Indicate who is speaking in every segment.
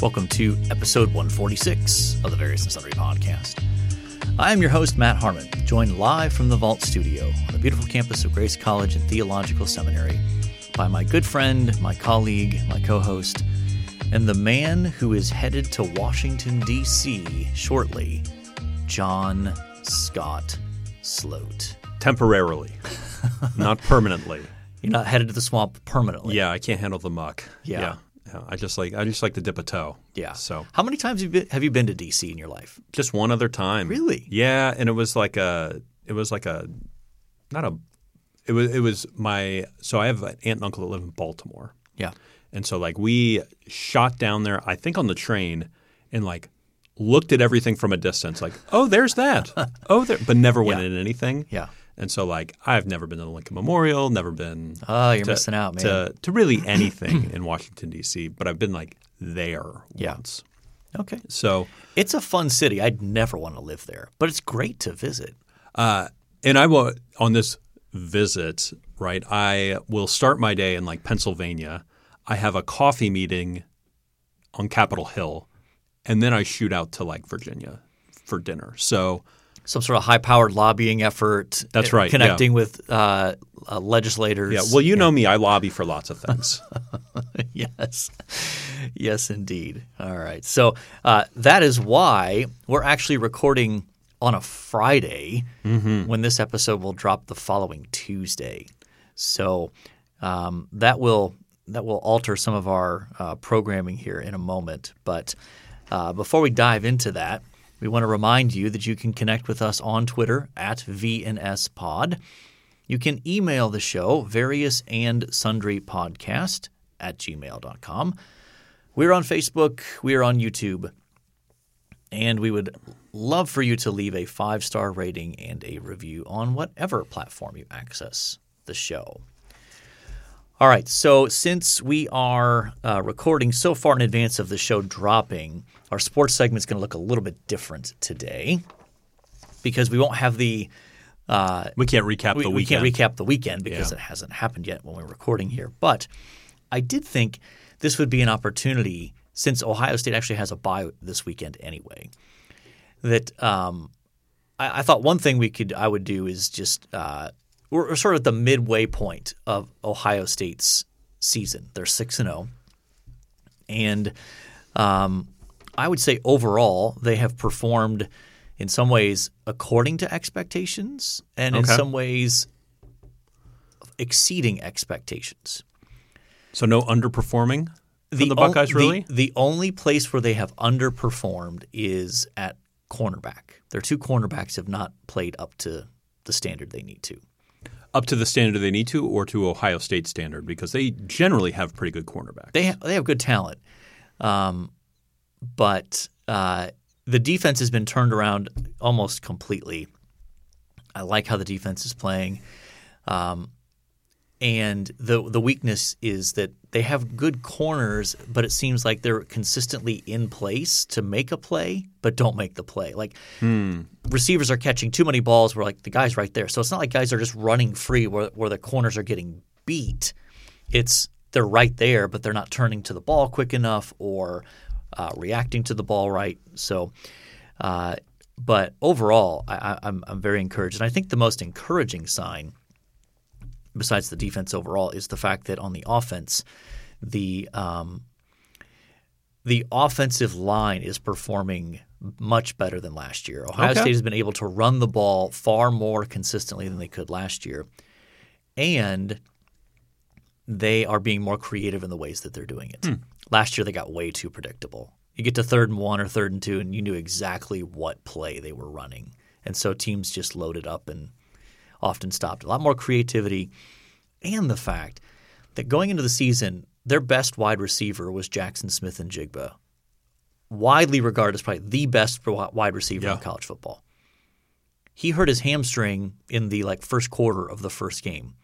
Speaker 1: Welcome to episode 146 of the Various and Sundry podcast. I am your host, Matt Harmon, joined live from the Vault Studio on the beautiful campus of Grace College and Theological Seminary by my good friend, my colleague, my co host, and the man who is headed to Washington, D.C. shortly, John Scott Sloat.
Speaker 2: temporarily, not permanently.
Speaker 1: You're not headed to the swamp permanently.
Speaker 2: Yeah, I can't handle the muck.
Speaker 1: Yeah.
Speaker 2: yeah. Yeah, I just like I just like to dip a toe.
Speaker 1: Yeah.
Speaker 2: So
Speaker 1: how many times have you been, have you been to D.C. in your life?
Speaker 2: just one other time.
Speaker 1: Really?
Speaker 2: Yeah, and it was like a it was like a not a it was it was my so I have an aunt and uncle that live in Baltimore.
Speaker 1: Yeah.
Speaker 2: And so like we shot down there, I think on the train, and like looked at everything from a distance, like, oh, there's that. Oh there but never went
Speaker 1: Yeah.
Speaker 2: in anything.
Speaker 1: Yeah.
Speaker 2: And so like I've never been to the Lincoln Memorial, never been
Speaker 1: Oh, you're
Speaker 2: to-
Speaker 1: missing out, man.
Speaker 2: To, to really anything in Washington D.C., but I've been like there
Speaker 1: Yeah.
Speaker 2: once.
Speaker 1: Okay.
Speaker 2: So,
Speaker 1: It's a fun city. I'd never want to live there, but it's great to visit.
Speaker 2: uh, and I will on this visit, right? I will start my day in like Pennsylvania. I have a coffee meeting on Capitol Hill, and then I shoot out to like Virginia for dinner. So
Speaker 1: Some sort of high powered lobbying effort.
Speaker 2: That's
Speaker 1: uh,
Speaker 2: right, yeah.
Speaker 1: Connecting with uh, uh, legislators.
Speaker 2: yeah, well, you know me, I lobby for lots of things.
Speaker 1: yes. Yes, indeed. All right. So uh, that is why we're actually recording on a Friday when this episode will drop the following Tuesday. So um, that will that will alter some of our uh, programming here in a moment. But uh, before we dive into that, we want to remind you that you can connect with us on Twitter at VNS Pod. You can email the show, various and sundry podcast at gmail.com. We're on Facebook, we're on YouTube, and we would love for you to leave a five star rating and a review on whatever platform you access the show. All right, so since we are uh, recording so far in advance of the show dropping, our sports segment's going to look a little bit different today because we won't have the
Speaker 2: We can't recap
Speaker 1: we,
Speaker 2: the
Speaker 1: we
Speaker 2: weekend.
Speaker 1: can't recap the weekend because
Speaker 2: Yeah.
Speaker 1: it hasn't happened yet when we're recording here. But I did think this would be an opportunity since Ohio State actually has a bye this weekend anyway. That um, I, I thought one thing we could I would do is just uh, we're, we're sort of at the midway point of Ohio State's season. They're six and zero, and um, I would say overall they have performed in some ways according to expectations, and in
Speaker 2: Okay.
Speaker 1: some ways exceeding expectations.
Speaker 2: so no underperforming from the,
Speaker 1: on-
Speaker 2: Buckeyes, really?
Speaker 1: The, the only place where they have underperformed is at cornerback. Their two cornerbacks have not played up to the standard they need to.
Speaker 2: up to the standard they need to or to Ohio State standard because they generally have pretty good cornerbacks.
Speaker 1: They ha- they have good talent, um, but uh, the defense has been turned around almost completely. I like how the defense is playing, um, and the the weakness is that they have good corners, but it seems like they're consistently in place to make a play, but don't make the play. Like receivers are catching too many balls where like the guy's right there. So it's not like guys are just running free where, where the corners are getting beat. It's they're right there, but they're not turning to the ball quick enough or uh, reacting to the ball right. So, uh, but overall, I, I, I'm, I'm very encouraged. And I think the most encouraging sign, besides the defense overall, is the fact that on the offense, the um, the offensive line is performing much better than last year. Ohio
Speaker 2: Okay.
Speaker 1: State has been able to run the ball far more consistently than they could last year. And they are being more creative in the ways that they're doing it. Last year, they got way too predictable. You get to third and one or third and two, and you knew exactly what play they were running. And so teams just loaded up and often stopped. A lot more creativity. And the fact that going into the season, their best wide receiver was Jackson Smith and Jigba, widely regarded as probably the best wi- wide receiver in
Speaker 2: Yeah.
Speaker 1: college football. He hurt his hamstring in the like first quarter of the first game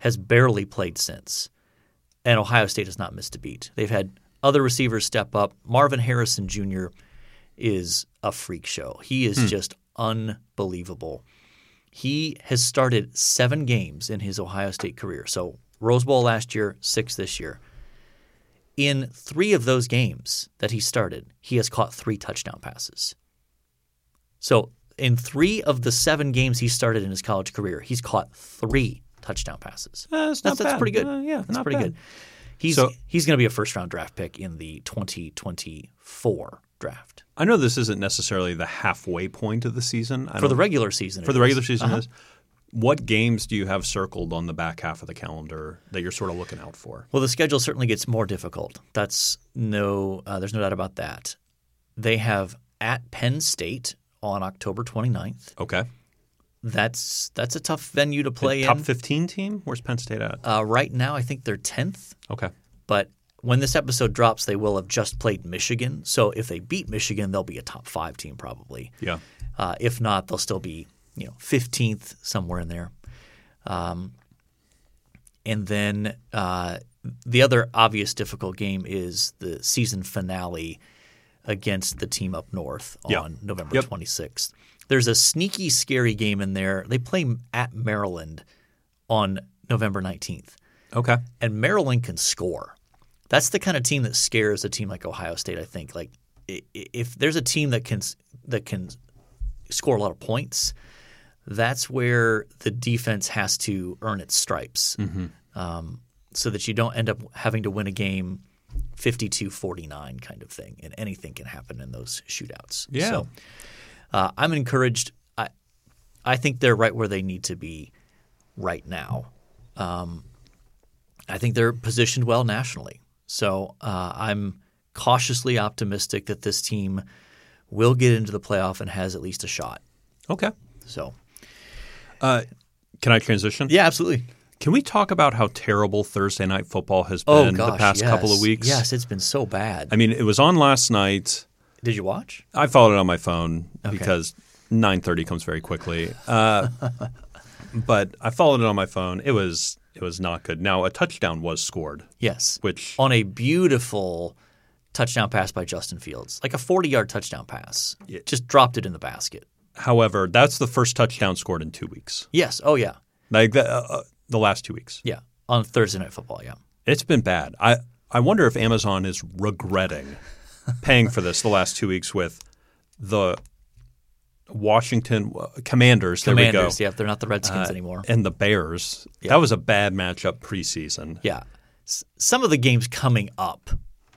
Speaker 1: has barely played since. And Ohio State has not missed a beat. They've had other receivers step up. Marvin Harrison Jr. is a freak show. He is just unbelievable. He has started seven games in his Ohio State career. So Rose Bowl last year, six this year. In three of those games that he started, he has caught three touchdown passes. So in three of the seven games he started in his college career, he's caught three touchdown passes.
Speaker 2: Uh, it's
Speaker 1: that's,
Speaker 2: not
Speaker 1: that's
Speaker 2: bad.
Speaker 1: pretty good.
Speaker 2: Uh, yeah,
Speaker 1: that's
Speaker 2: not
Speaker 1: pretty
Speaker 2: bad.
Speaker 1: good. He's
Speaker 2: So-
Speaker 1: he's going to be a first round draft pick in the 2024 draft
Speaker 2: I know this isn't necessarily the halfway point of the Uh-huh. season. I
Speaker 1: for the
Speaker 2: don't-
Speaker 1: regular season.
Speaker 2: for
Speaker 1: it
Speaker 2: the
Speaker 1: is.
Speaker 2: regular season is. What games do you have circled on the back half of the calendar that you're sort of looking out for?
Speaker 1: Well, the schedule certainly gets more difficult. That's no, uh, there's no doubt about that. They have at Penn State on October 29th.
Speaker 2: Okay.
Speaker 1: That's that's a tough venue to play
Speaker 2: Top
Speaker 1: in.
Speaker 2: 15 team? Where's Penn State at?
Speaker 1: Uh, right now, I think they're 10th.
Speaker 2: Okay.
Speaker 1: But when this episode drops, they will have just played Michigan. So if they beat Michigan, they'll be a top five team probably.
Speaker 2: Yeah.
Speaker 1: Uh, if not, they'll still be you know 15th somewhere in there. Um, and then uh, the other obvious difficult game is the season finale against the team up north on
Speaker 2: Yeah.
Speaker 1: November
Speaker 2: Yep.
Speaker 1: 26th. There's a sneaky, scary game in there. They play at Maryland on November 19th
Speaker 2: Okay.
Speaker 1: and Maryland can score. That's the kind of team that scares a team like Ohio State. I think like i- i- if there's a team that can that can score a lot of points, that's where the defense has to earn its stripes, um, so that you don't end up having to win a game 52-49 kind of thing, and anything can happen in those shootouts.
Speaker 2: Yeah.
Speaker 1: So uh, I'm encouraged. I I think they're right where they need to be right now. I think they're positioned well nationally. So uh, I'm cautiously optimistic that this team will get into the playoff and has at least a shot.
Speaker 2: Okay.
Speaker 1: So
Speaker 2: Uh, can I transition?
Speaker 1: yeah, absolutely.
Speaker 2: Can we talk about how terrible Thursday night football has
Speaker 1: Oh
Speaker 2: been
Speaker 1: gosh,
Speaker 2: the past
Speaker 1: yes.
Speaker 2: couple of weeks?
Speaker 1: Yes, it's been so bad.
Speaker 2: I mean, it was on last night.
Speaker 1: Did you watch?
Speaker 2: I followed it on my phone because 9:30 comes very quickly. Uh, but I followed it on my phone. It was it was not good. Now a touchdown was scored,
Speaker 1: Yes.
Speaker 2: which
Speaker 1: On a beautiful touchdown pass by Justin Fields, like a 40 yard touchdown pass, just dropped it in the basket.
Speaker 2: however, that's the first touchdown scored in 2 weeks.
Speaker 1: Yes. Oh yeah.
Speaker 2: Like the, uh, uh, the last 2 weeks.
Speaker 1: Yeah. On Thursday night football. Yeah.
Speaker 2: It's been bad. I I wonder if Amazon is regretting paying for this the last 2 weeks with the Washington uh, Commanders. There we go. Uh,
Speaker 1: Commanders. Yeah. They're not the Redskins anymore.
Speaker 2: and the Bears. That was a bad matchup preseason.
Speaker 1: Yeah. S- some of the games coming up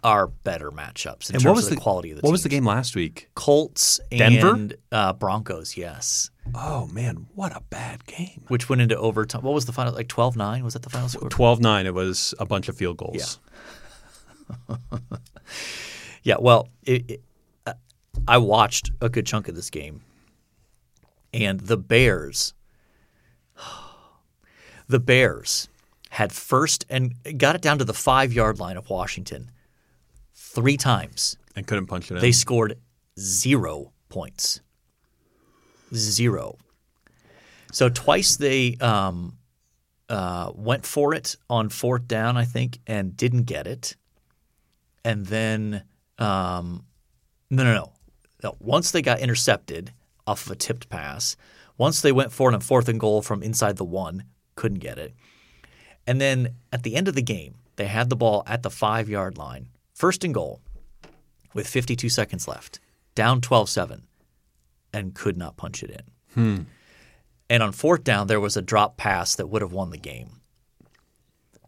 Speaker 1: are better matchups in terms of the, quality of the
Speaker 2: What
Speaker 1: team.
Speaker 2: was the game last week?
Speaker 1: Colts
Speaker 2: Denver?
Speaker 1: and uh, Broncos, yes,
Speaker 2: Oh man, what a bad game.
Speaker 1: which went into overtime. What was the final? Like 12-9? Was that the final score?
Speaker 2: 12-9, it was a bunch of field goals.
Speaker 1: Yeah, well, it, it, uh, I watched a good chunk of this game, and the Bears, the Bears had first and got it down to the five yard line of Washington three times.
Speaker 2: And couldn't punch it in.
Speaker 1: They scored zero points. Zero. So twice they um, uh, went for it on fourth down, I think, and didn't get it. And then, um, no, no, no, no. Once they got intercepted off of a tipped pass, once they went for it on fourth and goal from inside the one, couldn't get it. And then at the end of the game, they had the ball at the five yard line, first and goal with 52 seconds left, down 12 7, and could not punch it in. And on fourth down, there was a drop pass that would have won the game.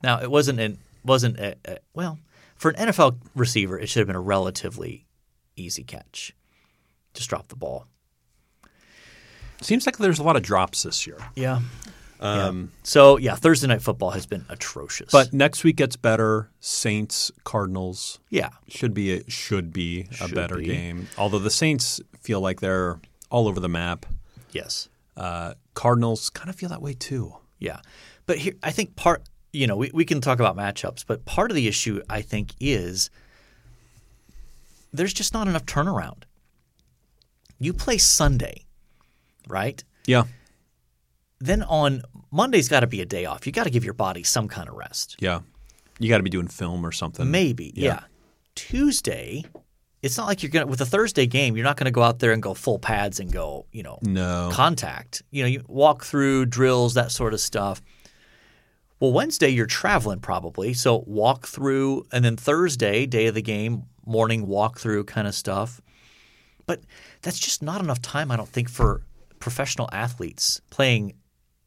Speaker 1: Now, it wasn't an, wasn't a, a, well, for an NFL receiver, it should have been a relatively easy catch. Just drop the ball.
Speaker 2: Seems like there's a lot of drops this year.
Speaker 1: Yeah. So, yeah, Thursday night football has been atrocious.
Speaker 2: But next week gets better. Saints, Cardinals
Speaker 1: yeah,
Speaker 2: should be a, should be a better
Speaker 1: be.
Speaker 2: game. Although the Saints feel like they're all over the map.
Speaker 1: yes.
Speaker 2: Uh, Cardinals kind of feel that way too.
Speaker 1: Yeah. But here, I think part, you know, we, we can talk about matchups, but part of the issue, I think, is there's just not enough turnaround. You play Sunday, right?
Speaker 2: Yeah.
Speaker 1: Then on Monday's got to be a day off. You got to give your body some kind of rest.
Speaker 2: Yeah. You got to be doing film or something.
Speaker 1: Maybe, yeah. Tuesday, it's not like you're going to, with a Thursday game, you're not going to go out there and go full pads and go, you know,
Speaker 2: No.
Speaker 1: contact. You know, you walk through drills, that sort of stuff. Well, Wednesday you're traveling probably, so walk through, and then Thursday, day of the game, morning walk through kind of stuff. But that's just not enough time, I don't think, for professional athletes playing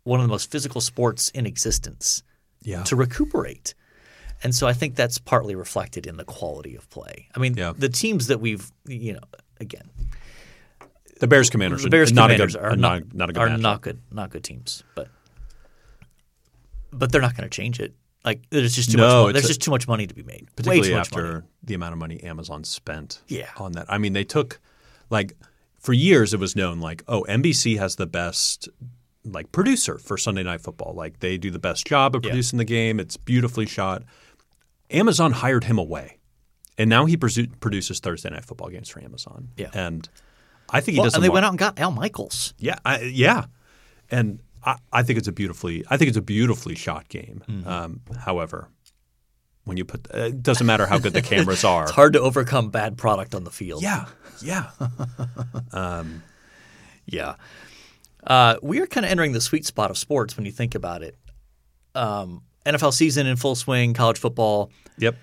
Speaker 1: one of the most physical sports in existence
Speaker 2: Yeah.
Speaker 1: to recuperate. And so I think that's partly reflected in the quality of play. I mean,
Speaker 2: Yeah.
Speaker 1: the teams that we've, you know, again,
Speaker 2: The Bears Commanders,
Speaker 1: the Bears
Speaker 2: are not
Speaker 1: Commanders
Speaker 2: a good,
Speaker 1: are, not,
Speaker 2: not, not a good
Speaker 1: are
Speaker 2: matchup.
Speaker 1: not good not good teams, but but they're not going to change it. Like there's just too
Speaker 2: No,
Speaker 1: much. Money.
Speaker 2: it's
Speaker 1: There's
Speaker 2: a-
Speaker 1: just too much money to be made. Way
Speaker 2: particularly
Speaker 1: too much
Speaker 2: after
Speaker 1: money.
Speaker 2: the amount of money Amazon spent
Speaker 1: Yeah.
Speaker 2: on that. I mean, they took like for years it was known like, oh, NBC has the best like producer for Sunday Night Football. Like they do the best job of producing the game. It's beautifully shot. Amazon hired him away, and now he produ- produces Thursday Night Football games for Amazon.
Speaker 1: Yeah.
Speaker 2: and I think he
Speaker 1: Well,
Speaker 2: does.
Speaker 1: and
Speaker 2: some
Speaker 1: they
Speaker 2: wa-
Speaker 1: went out and got Al Michaels.
Speaker 2: yeah, I, yeah, and I, I think it's a beautifully, I think it's a beautifully shot game.
Speaker 1: Mm-hmm.
Speaker 2: Um, however, when you put, uh, it doesn't matter how good the cameras are.
Speaker 1: It's hard to overcome bad product on the field.
Speaker 2: Yeah, yeah,
Speaker 1: Yeah. Uh, we are kind of entering the sweet spot of sports when you think about it. Um, NFL season in full swing, college football,
Speaker 2: yep.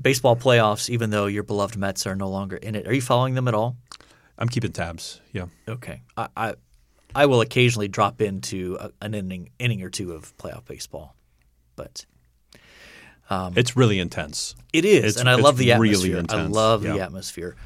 Speaker 1: baseball playoffs, even though your beloved Mets are no longer in it. Are you following them at all?
Speaker 2: I'm keeping tabs. Yeah,
Speaker 1: Okay. I I, I will occasionally drop into a, an inning inning or two of playoff baseball, but Um,
Speaker 2: it's really intense.
Speaker 1: it is,
Speaker 2: It's-
Speaker 1: and I
Speaker 2: it's
Speaker 1: love the
Speaker 2: really
Speaker 1: atmosphere. I
Speaker 2: intense.
Speaker 1: love the
Speaker 2: Yeah.
Speaker 1: atmosphere.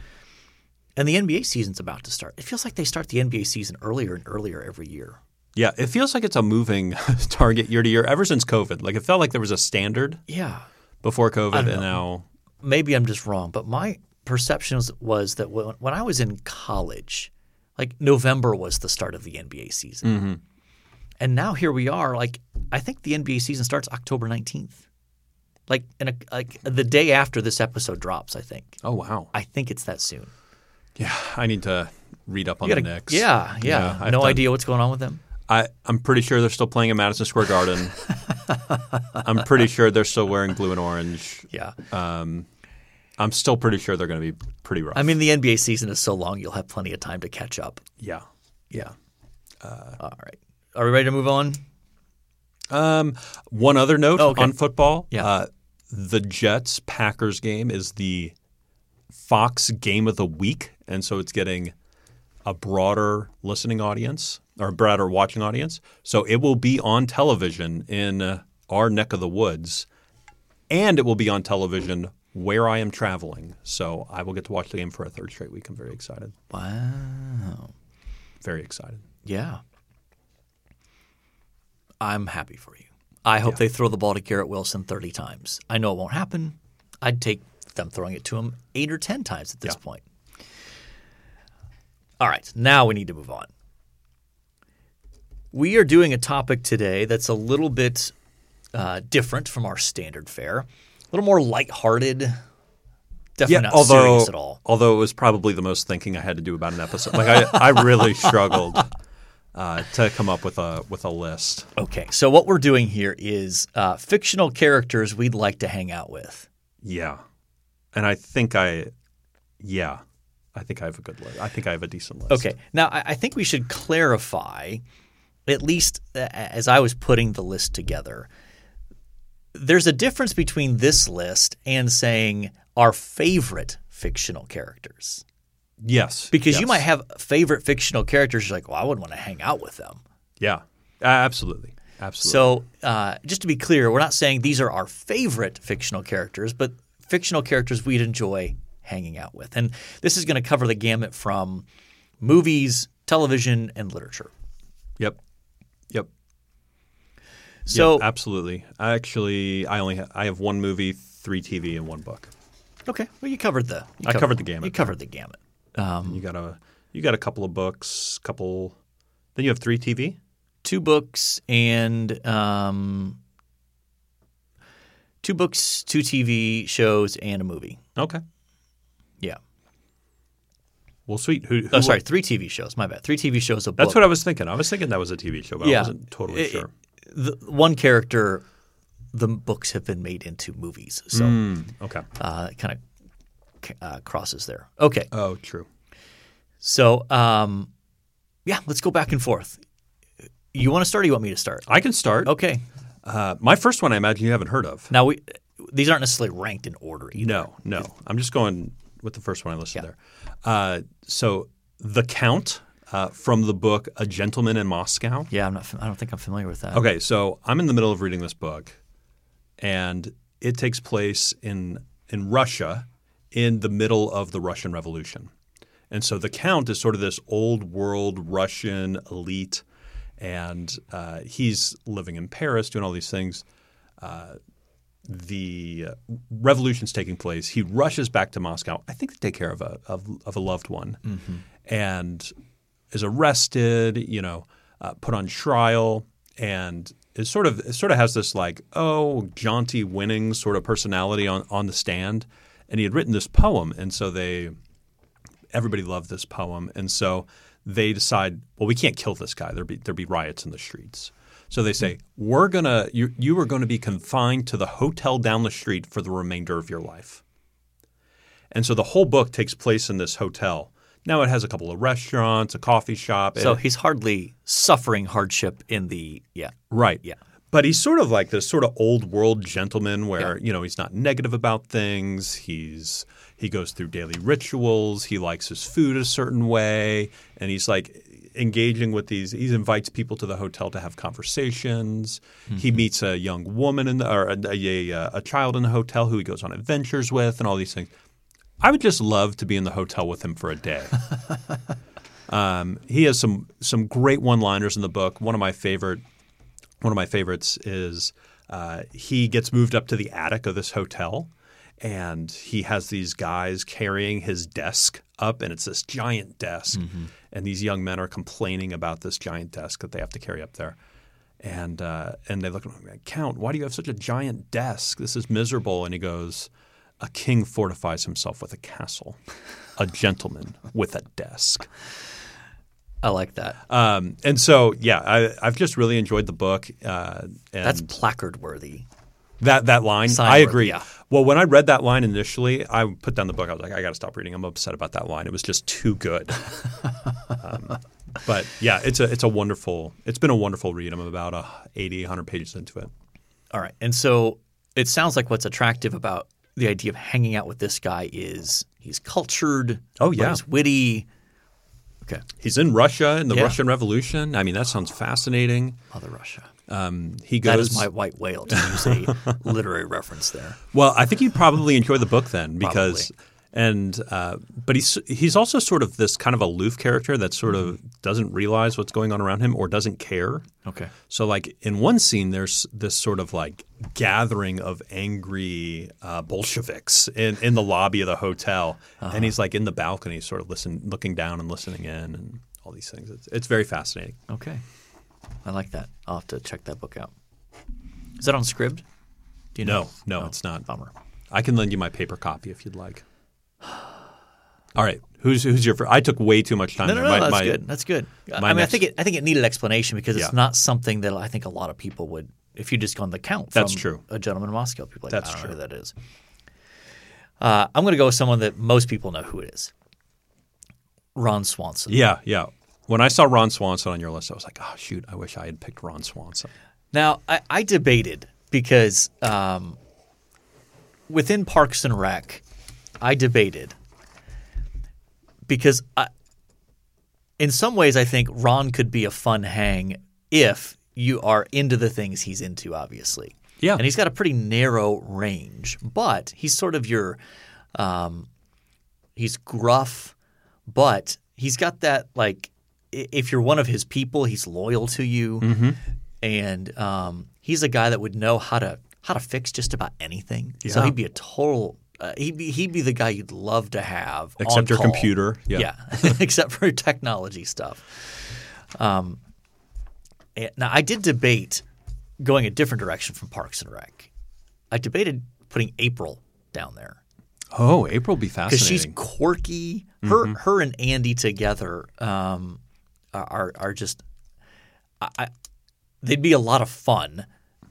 Speaker 1: And the NBA season's about to start. It feels like they start the NBA season earlier and earlier every year.
Speaker 2: Yeah, it feels like it's a moving target year to year ever since COVID. Like it felt like there was a standard
Speaker 1: Yeah.
Speaker 2: before COVID, and now
Speaker 1: maybe I'm just wrong, but my perception was, was that when, when I was in college, like November was the start of the NBA season.
Speaker 2: Mm-hmm.
Speaker 1: And now here we are, like I think the NBA season starts October 19th. Like in a, like the day after this episode drops, I think.
Speaker 2: oh wow,
Speaker 1: I think it's that soon.
Speaker 2: yeah, I need to read up on
Speaker 1: You
Speaker 2: the
Speaker 1: gotta-
Speaker 2: Oh, Knicks.
Speaker 1: yeah, yeah.
Speaker 2: I've
Speaker 1: no
Speaker 2: done-
Speaker 1: idea what's going on with them.
Speaker 2: I, I'm pretty sure they're still playing in Madison Square Garden. I'm pretty sure they're still wearing blue and orange.
Speaker 1: Yeah.
Speaker 2: I'm still pretty sure they're going to be pretty rough.
Speaker 1: I mean, the NBA season is so long, you'll have plenty of time to catch up.
Speaker 2: yeah, yeah.
Speaker 1: All right. Are we ready to move on?
Speaker 2: Um, one other note
Speaker 1: Oh, okay.
Speaker 2: on football.
Speaker 1: Yeah.
Speaker 2: Uh, the Jets Packers game is the Fox game of the week, and so it's getting a broader listening audience or broader watching audience. So it will be on television in uh, our neck of the woods, and it will be on television where I am traveling. So I will get to watch the game for a third straight week. I'm very excited.
Speaker 1: Wow.
Speaker 2: Very excited.
Speaker 1: Yeah. I'm happy for you. I hope they throw the ball to Garrett Wilson 30 times. I know it won't happen. I'd take them throwing it to him eight or 10 times at this
Speaker 2: Yeah.
Speaker 1: point. All right, now we need to move on. We are doing a topic today that's a little bit uh, different from our standard fare, a little more lighthearted. Definitely not serious at all.
Speaker 2: Although it was probably the most thinking I had to do about an episode. Like I, I really struggled uh, to come up with a with a list.
Speaker 1: Okay, so what we're doing here is uh, fictional characters we'd like to hang out with.
Speaker 2: Yeah, and I think I, yeah, I think I have a good list. I think I have a decent list.
Speaker 1: Okay, now I, I think we should clarify, at least uh, as I was putting the list together, there's a difference between this list and saying our favorite fictional characters.
Speaker 2: Yes,
Speaker 1: Because you
Speaker 2: yes.
Speaker 1: might have favorite fictional characters, you're like, well, I wouldn't want to hang out with them.
Speaker 2: Yeah, A- absolutely, absolutely.
Speaker 1: So, uh, just to be clear, we're not saying these are our favorite fictional characters, but fictional characters we'd enjoy hanging out with. And this is going to cover the gamut from movies, television, and literature.
Speaker 2: yep, yep.
Speaker 1: So,
Speaker 2: yep, absolutely. I actually, I only ha- I have one movie, three TV, and one book.
Speaker 1: okay, well, you covered the. You
Speaker 2: I covered the gamut.
Speaker 1: You covered the gamut. Um,
Speaker 2: You got a you got a couple of books, couple. Then you have three TV.
Speaker 1: Two books and um, two books, two TV shows, and a movie.
Speaker 2: Okay.
Speaker 1: Yeah.
Speaker 2: Well, sweet. Who, who
Speaker 1: Oh, sorry, three TV shows. My bad. Three TV shows, a book.
Speaker 2: That's what I was thinking. I was thinking that was a TV show, but
Speaker 1: Yeah.
Speaker 2: I wasn't totally
Speaker 1: It-
Speaker 2: sure.
Speaker 1: the one character the books have been made into movies so
Speaker 2: Hmm. Mm, Okay.
Speaker 1: uh, it kind of uh, crosses there okay
Speaker 2: Oh, true.
Speaker 1: so um, yeah let's go back and forth you want to start or you want me to start
Speaker 2: I can start.
Speaker 1: okay
Speaker 2: Uh, my first one, I imagine you haven't heard of.
Speaker 1: Now we these aren't necessarily ranked in order. either.
Speaker 2: No, no. I'm just going with the first one I listed there. Uh, so, The Count uh, from the book A Gentleman in Moscow.
Speaker 1: Yeah, I'm not. fam- I don't think I'm familiar with that.
Speaker 2: Okay, so I'm in the middle of reading this book, and it takes place in in Russia in the middle of the Russian Revolution. And so the Count is sort of this old world Russian elite, and uh, he's living in Paris, doing all these things. Uh, the uh, revolution's taking place. He rushes back to Moscow, I think to take care of a, of, of a loved one, and is arrested, you know, uh, put on trial, and it sort of it sort of has this like oh jaunty winning sort of personality on on the stand, and he had written this poem, and so they everybody loved this poem, and so they decide well we can't kill this guy there be there be riots in the streets. So they say we're gonna you you are going to be confined to the hotel down the street for the remainder of your life. And so the whole book takes place in this hotel. Now it has a couple of restaurants, a coffee shop.
Speaker 1: So
Speaker 2: It-
Speaker 1: he's hardly suffering hardship in the yeah.
Speaker 2: Right.
Speaker 1: Yeah.
Speaker 2: But he's sort of like this sort of old world gentleman where, you know, he's not negative about things. He's he goes through daily rituals, he likes his food a certain way, and he's like engaging with these he invites people to the hotel to have conversations. He meets a young woman in the, or a, a, a, a child in the hotel who he goes on adventures with and all these things. I would just love to be in the hotel with him for a day. um, he has some some great one-liners in the book. One of my favorite one of my favorites is uh, he gets moved up to the attic of this hotel and he has these guys carrying his desk up and it's this giant desk and these young men are complaining about this giant desk that they have to carry up there and uh, and they look at him like count why do you have such a giant desk this is miserable and he goes a king fortifies himself with a castle a gentleman with a desk
Speaker 1: I like that.
Speaker 2: um, and so yeah I, i've just really enjoyed the book uh, and
Speaker 1: That's placard worthy.
Speaker 2: That that line,
Speaker 1: Sign
Speaker 2: I
Speaker 1: word,
Speaker 2: agree.
Speaker 1: yeah.
Speaker 2: Well, when I read that line initially, I put down the book. I was like, I got to stop reading. I'm upset about that line. It was just too good. um, but yeah, it's a it's a wonderful. It's been a wonderful read. I'm about uh, 80, 100 pages into it.
Speaker 1: All right. And so it sounds like what's attractive about the idea of hanging out with this guy is he's cultured.
Speaker 2: Oh,
Speaker 1: but
Speaker 2: yeah.
Speaker 1: He's witty. Okay.
Speaker 2: He's in Russia in the
Speaker 1: Yeah.
Speaker 2: Russian Revolution. I mean, that sounds fascinating.
Speaker 1: Mother Russia.
Speaker 2: He goes.
Speaker 1: That is my white whale to use a literary reference there.
Speaker 2: Well, I think you'd probably enjoy the book then because. And uh, but he's he's also sort of this kind of aloof character that sort
Speaker 1: Mm-hmm.
Speaker 2: of doesn't realize what's going on around him or doesn't care.
Speaker 1: Okay.
Speaker 2: So, like in one scene, there's this sort of like gathering of angry uh, Bolsheviks in, in the lobby of the hotel,
Speaker 1: Uh-huh.
Speaker 2: and he's like in the balcony, sort of listen, looking down and listening in, and all these things. It's, it's very fascinating.
Speaker 1: Okay. I like that. I'll have to check that book out. Is that on Scribd? Do you know? Oh,
Speaker 2: No, no, it's not.
Speaker 1: Bummer.
Speaker 2: I can lend you my paper copy if you'd like. All right, who's who's your? fir- I took way too much time.
Speaker 1: No, no, no.
Speaker 2: there. My-
Speaker 1: that's
Speaker 2: my-
Speaker 1: good. That's good. I
Speaker 2: my
Speaker 1: mean, I
Speaker 2: next-
Speaker 1: think it. I think it needed explanation because it's
Speaker 2: Yeah.
Speaker 1: not something that I think a lot of people would. If you just go on the count,
Speaker 2: That's
Speaker 1: from
Speaker 2: true.
Speaker 1: A gentleman in Moscow. People are like
Speaker 2: That's
Speaker 1: I don't know
Speaker 2: true.
Speaker 1: who that is. Uh, I'm going to go with someone that most people know who it is. Ron Swanson.
Speaker 2: Yeah, yeah. When I saw Ron Swanson on your list, I was like, oh shoot, I wish I had picked Ron Swanson.
Speaker 1: Now I, I debated because um, within Parks and Rec, I debated because I, in some ways I think Ron could be a fun hang if you are into the things he's into, obviously.
Speaker 2: Yeah.
Speaker 1: and he's got a pretty narrow range, but he's sort of your he's gruff, but he's got that like i- if you're one of his people, he's loyal to you,
Speaker 2: Mm-hmm.
Speaker 1: and um, he's a guy that would know how to how to fix just about anything. So
Speaker 2: Yeah.
Speaker 1: he'd be a total. Uh, he'd be he'd be the guy you'd love to have,
Speaker 2: Except
Speaker 1: on
Speaker 2: your
Speaker 1: call.
Speaker 2: computer. Yeah.
Speaker 1: except for technology stuff. Um, and- now I did debate going a different direction from Parks and Rec. I debated putting April down there
Speaker 2: Oh, April would be fascinating. Mm-hmm.
Speaker 1: because she's quirky. Her, her and Andy together um, are- are are just, I, I- they'd be a lot of fun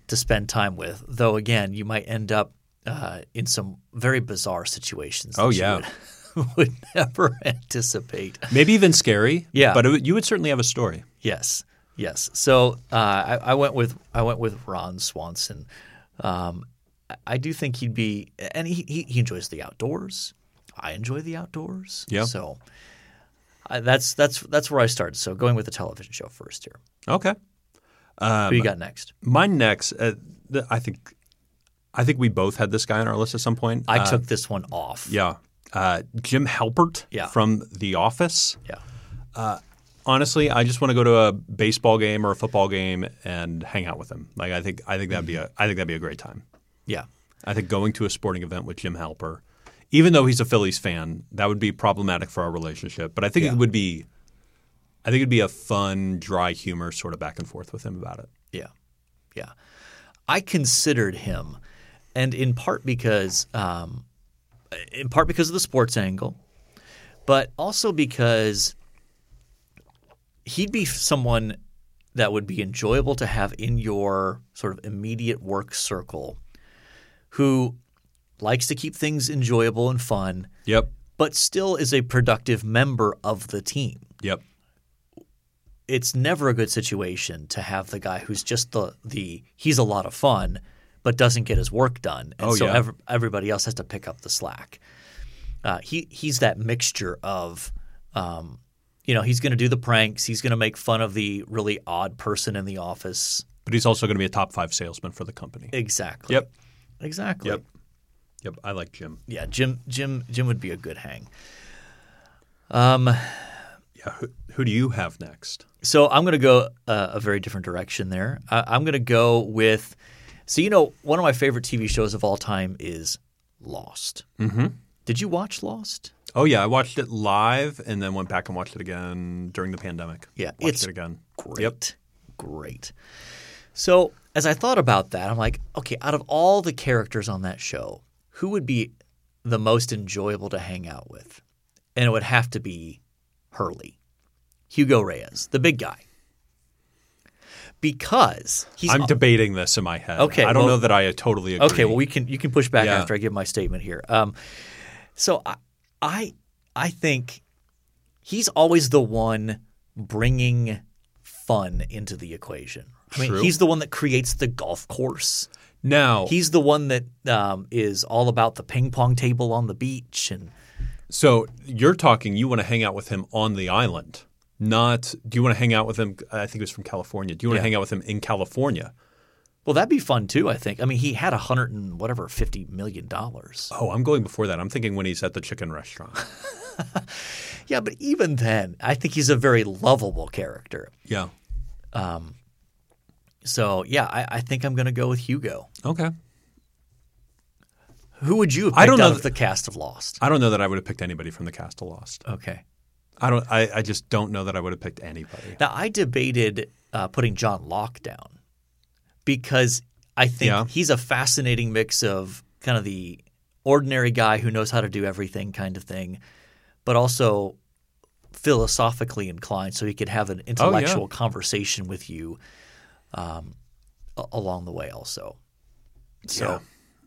Speaker 1: to spend time with. Though again, you might end up uh, in some very bizarre situations. that
Speaker 2: Oh,
Speaker 1: you
Speaker 2: yeah.
Speaker 1: would, would never anticipate.
Speaker 2: Maybe even scary.
Speaker 1: Yeah.
Speaker 2: But it, would- you would certainly have a story.
Speaker 1: Yes, Yes. So uh, I, I went with I went with Ron Swanson. Um, I- I do think he'd be, and he, he he enjoys the outdoors. I enjoy the outdoors.
Speaker 2: Yeah.
Speaker 1: So I, that's that's that's where I started. So going with the television show first here.
Speaker 2: Okay.
Speaker 1: Who
Speaker 2: Um,
Speaker 1: you got next?
Speaker 2: My next, uh, th- I think, I think we both had this guy on our list at some point.
Speaker 1: I
Speaker 2: Uh,
Speaker 1: took this one off.
Speaker 2: yeah, uh, Jim Halpert
Speaker 1: Yeah.
Speaker 2: from The Office.
Speaker 1: Yeah.
Speaker 2: Honestly, I just want to go to a baseball game or a football game and hang out with him. Like I think, I think that'd be a, I think that'd be a great time.
Speaker 1: Yeah.
Speaker 2: I think going to a sporting event with Jim Halper, even though he's a Phillies fan, that would be problematic for our relationship. But I think
Speaker 1: Yeah.
Speaker 2: it would be, I think it'd be a fun, dry humor sort of back and forth with him about it.
Speaker 1: Yeah. Yeah. I considered him, and in part because, um, in part because of the sports angle, but also because he'd be someone that would be enjoyable to have in your sort of immediate work circle who likes to keep things enjoyable and fun,
Speaker 2: Yep.
Speaker 1: but still is a productive member of the team
Speaker 2: Yep.
Speaker 1: it's never a good situation to have the guy who's just the the he's a lot of fun but doesn't get his work done and
Speaker 2: Oh,
Speaker 1: so
Speaker 2: yeah.
Speaker 1: ev- everybody else has to pick up the slack uh, he he's that mixture of um, you know he's going to do the pranks he's going to make fun of the really odd person in the office
Speaker 2: But he's also going to be a top five salesman for the company.
Speaker 1: exactly
Speaker 2: Yep.
Speaker 1: exactly
Speaker 2: Yep. Yep. I like Jim.
Speaker 1: yeah jim jim jim would be a good hang
Speaker 2: Yeah. Who, who do you have next?
Speaker 1: So I'm going to go uh, a very different direction there. I- I'm going to go with. So you know, one of my favorite TV shows of all time is Lost. Mm-hmm. Did you watch Lost?
Speaker 2: Oh yeah, I watched it live and then went back and watched it again during the pandemic.
Speaker 1: Yeah,
Speaker 2: watched
Speaker 1: it's
Speaker 2: it again.
Speaker 1: Great,
Speaker 2: Yep.
Speaker 1: great. So as I thought about that, I'm like, okay, out of all the characters on that show, who would be the most enjoyable to hang out with? And it would have to be Hurley, Hugo Reyes, the big guy, because he's
Speaker 2: I'm debating this in my head.
Speaker 1: Okay,
Speaker 2: I don't
Speaker 1: well-
Speaker 2: know that I totally agree.
Speaker 1: Okay, well we can you can push back
Speaker 2: Yeah.
Speaker 1: after I give my statement here. Um, so I, I I think he's always the one bringing fun into the equation. I mean,
Speaker 2: True. Oh.
Speaker 1: he's the one that creates the golf course.
Speaker 2: now
Speaker 1: He's the one that um, is all about the ping pong table on the beach and
Speaker 2: So you're talking. You want to hang out with him on the island, not. Do you want to hang out with him? I think it was from California. Do you want
Speaker 1: Yeah.
Speaker 2: to hang out with him in California?
Speaker 1: well, that'd be fun too. I think. I mean, he had a hundred and whatever fifty million dollars.
Speaker 2: Oh, I'm going before that. I'm thinking when he's at the chicken restaurant.
Speaker 1: Yeah, but even then, I think he's a very lovable character.
Speaker 2: yeah.
Speaker 1: So yeah, I, I think I'm going to go with Hugo.
Speaker 2: Okay.
Speaker 1: Who would you have picked
Speaker 2: I don't
Speaker 1: out
Speaker 2: know
Speaker 1: of the cast of Lost?
Speaker 2: I don't know that I would have picked anybody from the cast of Lost.
Speaker 1: Okay.
Speaker 2: I don't. I, I just don't know that I would have picked anybody.
Speaker 1: Now I debated uh, putting John Locke down because I think
Speaker 2: Yeah.
Speaker 1: he's a fascinating mix of kind of the ordinary guy who knows how to do everything kind of thing, but also philosophically inclined, so he could have
Speaker 2: Oh,
Speaker 1: an intellectual conversation with you um, a- along the way, also. So,
Speaker 2: Yeah.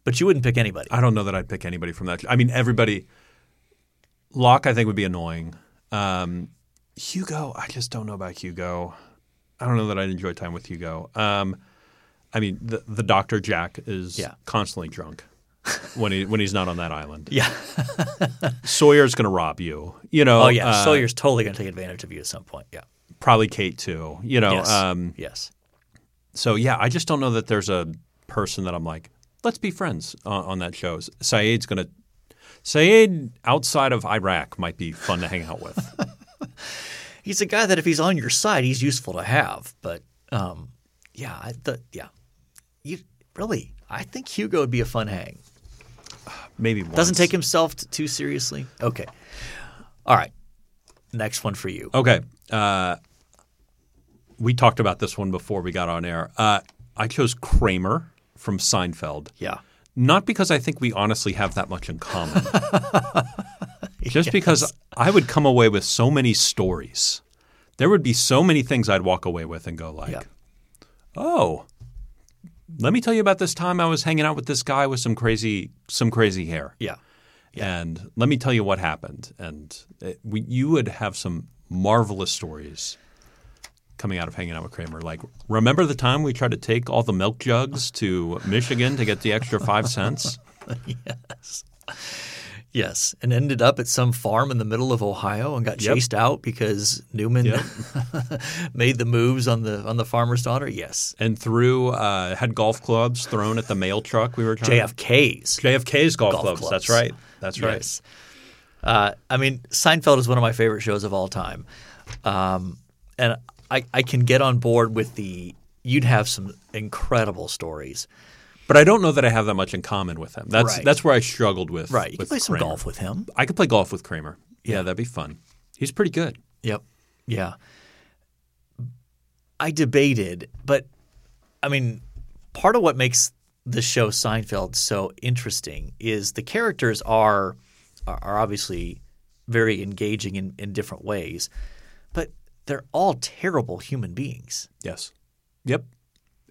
Speaker 1: but you wouldn't pick anybody.
Speaker 2: I don't know that I'd pick anybody from that. I mean, everybody. Locke, I think, would be annoying. Um, Hugo, I just don't know about Hugo. I don't know that I'd enjoy time with Hugo. Um, I mean, the the Doctor Jack is
Speaker 1: Yeah.
Speaker 2: constantly drunk when he when he's not on that island.
Speaker 1: yeah.
Speaker 2: Sawyer's going to rob you. You know.
Speaker 1: Oh yeah.
Speaker 2: uh,
Speaker 1: Sawyer's totally going to take advantage of you at some point. Yeah.
Speaker 2: probably Kate too. You know.
Speaker 1: Yes.
Speaker 2: Um,
Speaker 1: yes.
Speaker 2: so yeah, I just don't know that there's a person that I'm like, let's be friends uh, on, on that show. Saeed's gonna Saeed outside of Iraq might be fun to hang out with.
Speaker 1: he's a guy that if he's on your side, he's useful to have. But um, yeah, I, the, yeah, you really, I think Hugo would be a fun hang.
Speaker 2: Maybe once.
Speaker 1: Doesn't take himself t- too seriously. Okay, all right. Next one for you.
Speaker 2: Okay, uh, we talked about this one before we got on air. Uh, I chose Kramer from Seinfeld,
Speaker 1: Yeah,
Speaker 2: not because I think we honestly have that much in common, just because I would come away with so many stories. There would be so many things I'd walk away with and go like,
Speaker 1: yeah,
Speaker 2: oh let me tell you about this time i was hanging out with this guy with some crazy some crazy hair
Speaker 1: yeah,
Speaker 2: and let me tell you what uh, happened and it, we, you would have some marvelous stories coming out of hanging out with Kramer. Like, remember the time we tried to take all the milk jugs to Michigan to get the extra five cents?
Speaker 1: Yes, and ended up at some farm in the middle of Ohio and got
Speaker 2: Yep.
Speaker 1: chased out because Newman
Speaker 2: Yep.
Speaker 1: made the moves on the on the farmer's daughter. Yes,
Speaker 2: And threw uh, had golf clubs thrown at the mail truck we were trying.
Speaker 1: JFK's.
Speaker 2: JFK's golf,
Speaker 1: Golf
Speaker 2: clubs.
Speaker 1: clubs.
Speaker 2: That's right. That's right.
Speaker 1: Yes. Uh, I mean, Seinfeld is one of my favorite shows of all time, um, and I, I can get on board with the. You'd have some incredible stories,
Speaker 2: But I don't know that I have that much in common with him. That's
Speaker 1: Right.
Speaker 2: that's where I struggled with.
Speaker 1: right? You can
Speaker 2: with
Speaker 1: play some
Speaker 2: Kramer.
Speaker 1: golf with him.
Speaker 2: I could play golf with Kramer. Yeah, that'd be fun. He's pretty good.
Speaker 1: Yep. Yeah. I debated, but I mean, part of what makes the show Seinfeld so interesting is the characters are are are obviously very engaging in, in different ways, but they're all terrible human beings.
Speaker 2: Yes. Yep.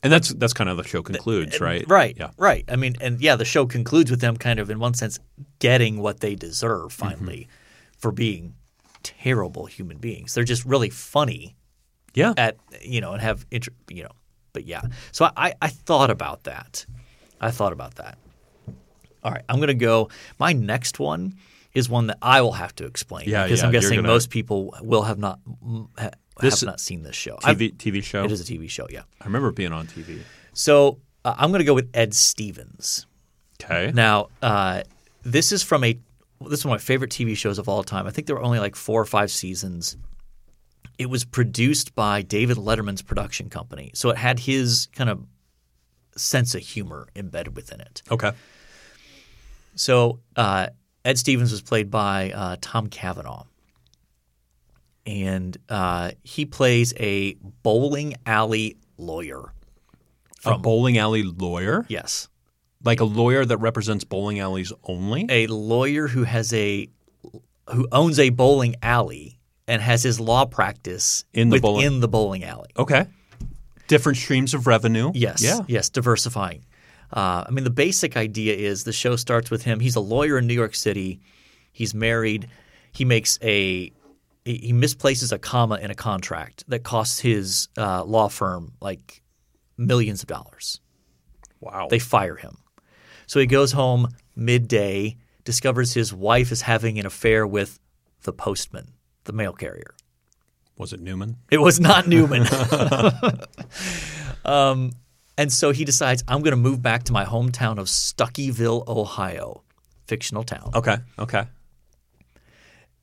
Speaker 2: And that's that's kind of how the show concludes, right?
Speaker 1: Right.
Speaker 2: Yeah.
Speaker 1: Right. I mean, and yeah, the show concludes with them kind of, in one sense, getting what they deserve finally
Speaker 2: Mm-hmm.
Speaker 1: for being terrible human beings. They're just really funny
Speaker 2: Yeah.
Speaker 1: at you know and have inter- you know but yeah so I, I thought about that i thought about that all right i'm going to go my next one is one that i will have to explain
Speaker 2: Yeah,
Speaker 1: because
Speaker 2: yeah,
Speaker 1: i'm
Speaker 2: you're
Speaker 1: guessing
Speaker 2: gonna-
Speaker 1: most people will have not m- ha,
Speaker 2: This-
Speaker 1: have not seen this show I've-
Speaker 2: TV TV show.
Speaker 1: it is a tv show yeah
Speaker 2: I remember it being on TV.
Speaker 1: so uh, i'm going to go with ed stevens
Speaker 2: Okay.
Speaker 1: now, uh, this is from a this is one of my favorite TV shows of all time. I think there were only like four or five seasons. It was produced by David Letterman's production company, so it had his kind of sense of humor embedded within it.
Speaker 2: okay.
Speaker 1: So uh, Ed Stevens was played by uh, Tom Cavanaugh, and uh, he plays a bowling alley lawyer.
Speaker 2: a bowling alley lawyer?
Speaker 1: Yes,
Speaker 2: Like a lawyer that represents bowling alleys only?
Speaker 1: a lawyer who has a who owns a bowling alley and has his law practice
Speaker 2: In the
Speaker 1: within
Speaker 2: bowling-
Speaker 1: the bowling alley.
Speaker 2: Okay. Different streams of revenue?
Speaker 1: Yes,
Speaker 2: Yeah.
Speaker 1: yes, diversifying. Uh, I mean, the basic idea is the show starts with him. He's a lawyer in New York City. He's married. He makes a he he misplaces a comma in a contract that costs his uh, law firm like millions of dollars.
Speaker 2: Wow.
Speaker 1: They fire him. So he goes home midday, discovers his wife is having an affair with the postman, the mail carrier.
Speaker 2: Was it Newman?
Speaker 1: It was not Newman. um, and so he decides, I'm going to move back to my hometown of Stuckyville, Ohio, fictional town.
Speaker 2: Okay. Okay.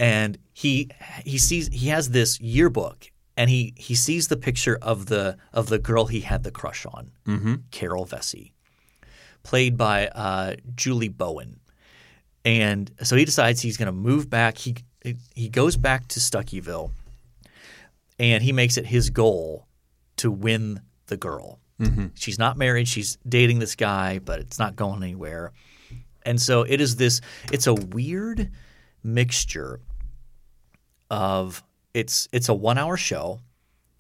Speaker 1: And he he sees he has this yearbook, and he he sees the picture of the of the girl he had the crush on, Carol Vesey, played by uh, Julie Bowen. And so he decides he's going to move back. He he goes back to Stuckyville, and he makes it his goal to win the girl. She's not married. She's dating this guy, but it's not going anywhere. And so it is this. It's a weird mixture of it's it's a one hour show,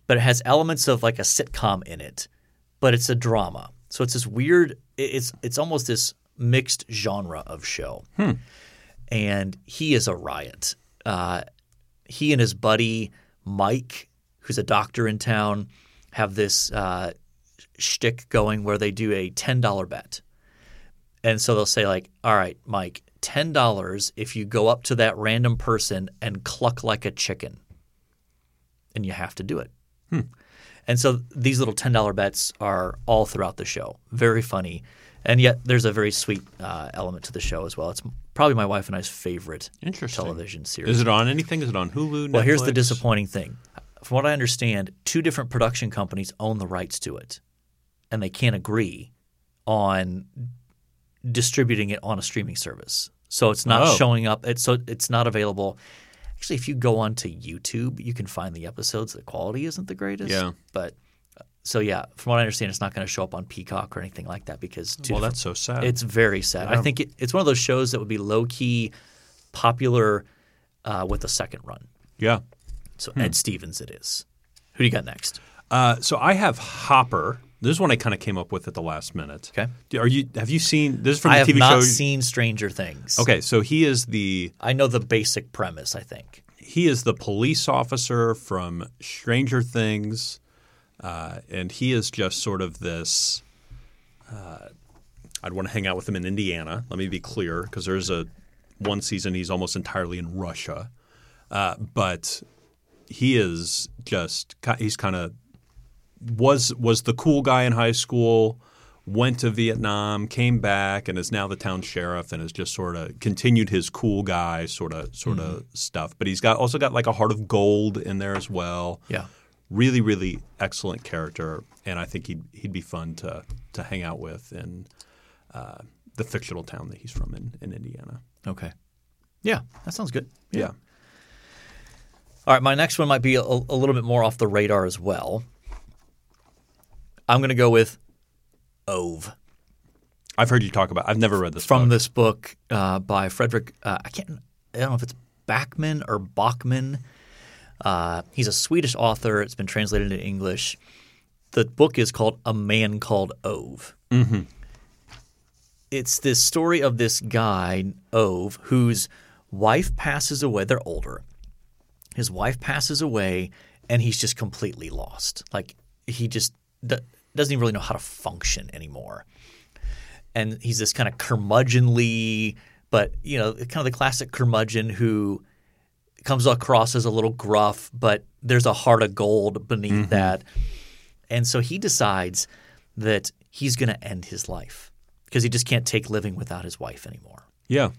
Speaker 1: but it has elements of like a sitcom in it, but it's a drama. So it's this weird. it- It's it's almost this mixed genre of show, and he is a riot. Uh, he and his buddy Mike, who's a doctor in town, have this uh, shtick going where they do a ten dollar bet, and so they'll say like, "All right, Mike, ten dollars if you go up to that random person and cluck like a chicken," and you have to do it. And so these little ten dollar bets are all throughout the show. Very funny, and yet there's a very sweet uh, element to the show as well. It's probably my wife and I's favorite
Speaker 2: Interesting.
Speaker 1: television series.
Speaker 2: Is it on anything? Is it on Hulu?
Speaker 1: Well, here's the
Speaker 2: Netflix?
Speaker 1: disappointing thing. From what I understand, two different production companies own the rights to it, and they can't agree on distributing it on a streaming service. So it's not
Speaker 2: Oh.
Speaker 1: showing up. It's so it's not available. Actually, if you go onto YouTube, you can find the episodes. The quality isn't the greatest.
Speaker 2: Yeah.
Speaker 1: But so yeah, from what I understand, it's not going to show up on Peacock or anything like that because two
Speaker 2: Well,
Speaker 1: different
Speaker 2: that's so sad.
Speaker 1: it's very sad. I think it, it's one of those shows that would be low key popular uh, with a second run.
Speaker 2: yeah.
Speaker 1: So Ed Stevens, it is. Who do you got next?
Speaker 2: Uh, so I have Hopper. This is one I kind of came up with at the last minute.
Speaker 1: Okay.
Speaker 2: Do- Are you? Have you seen this? Is from
Speaker 1: I
Speaker 2: the
Speaker 1: have
Speaker 2: TV
Speaker 1: not
Speaker 2: show.
Speaker 1: seen Stranger Things.
Speaker 2: Okay, so he is the
Speaker 1: I know the basic premise. I think
Speaker 2: he is the police officer from Stranger Things, uh, and he is just sort of this. Uh, I'd want to hang out with him in Indiana. Let me be clear, because there's a one season he's almost entirely in Russia, uh, but he is just ki- he's kind of was was the cool guy in high school, went to Vietnam, came back, and is now the town sheriff, and has just sort of continued his cool guy sort of sort
Speaker 1: Mm-hmm.
Speaker 2: of stuff. But he's got also got like a heart of gold in there as well.
Speaker 1: Yeah.
Speaker 2: really, really excellent character, and I think he'd he'd be fun to to hang out with in uh, the fictional town that he's from in in Indiana.
Speaker 1: Okay. Yeah, that sounds good.
Speaker 2: Yeah,
Speaker 1: All right, my next one might be a, a little bit more off the radar as well. I'm going to go with Ove
Speaker 2: I've heard you talk about. I've never read this
Speaker 1: from
Speaker 2: book.
Speaker 1: this book uh, by Frederick. Uh, I can't. I don't know if it's Backman or Bachman. Uh, he's a Swedish author. It's been translated into English. The book is called A Man Called Ove. Mm-hmm. It's this story of this guy Ove whose wife passes away. They're older. His wife passes away, and he's just completely lost. Like he just d- doesn't even really know how to function anymore and he's this kind of curmudgeonly, but you know, kind of the classic curmudgeon who comes across as a little gruff, but there's a heart of gold beneath that. And so he decides that he's going to end his life because he just can't take living without his wife anymore.
Speaker 2: yeah,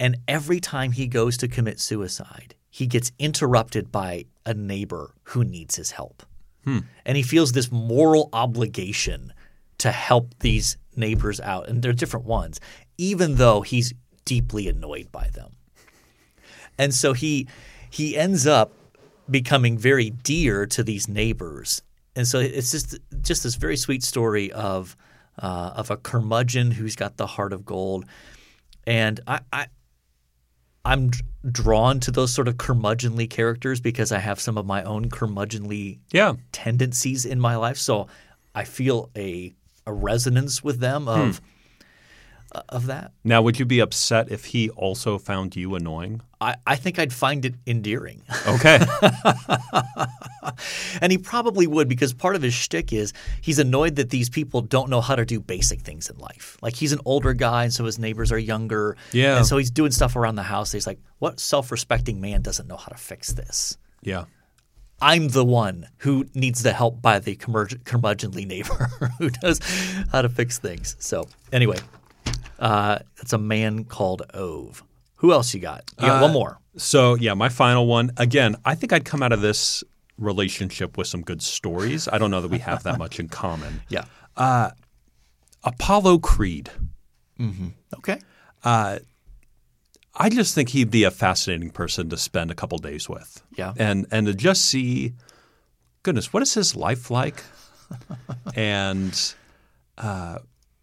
Speaker 1: And every time he goes to commit suicide, he gets interrupted by a neighbor who needs his help. And he feels this moral obligation to help these neighbors out. And they're different ones, even though he's deeply annoyed by them. And so he he ends up becoming very dear to these neighbors. And so it's just just this very sweet story of uh, of a curmudgeon who's got the heart of gold. And I, I I'm d- drawn to those sort of curmudgeonly characters because I have some of my own curmudgeonly
Speaker 2: yeah.
Speaker 1: tendencies in my life. So I feel a a resonance with them of of that.
Speaker 2: Now, would you be upset if he also found you annoying?
Speaker 1: I, I think I'd find it endearing.
Speaker 2: Okay.
Speaker 1: and he probably would because part of his shtick is he's annoyed that these people don't know how to do basic things in life. Like he's an older guy, and so his neighbors are younger.
Speaker 2: Yeah.
Speaker 1: And so he's doing stuff around the house. He's like, what self respecting man doesn't know how to fix this?
Speaker 2: yeah.
Speaker 1: I'm the one who needs the help by the curmudge- curmudgeonly neighbor who knows how to fix things. So anyway, uh, it's a man called Ove. Who else you got? You got one more.
Speaker 2: So, yeah, my final one. Again, I think I'd come out of this relationship with some good stories. I don't know that we have that much in common.
Speaker 1: Yeah.
Speaker 2: Apollo Creed.
Speaker 1: Okay.
Speaker 2: I just think he'd be a fascinating person to spend a couple days with.
Speaker 1: Yeah.
Speaker 2: And and to just see goodness, what is his life like? and uh,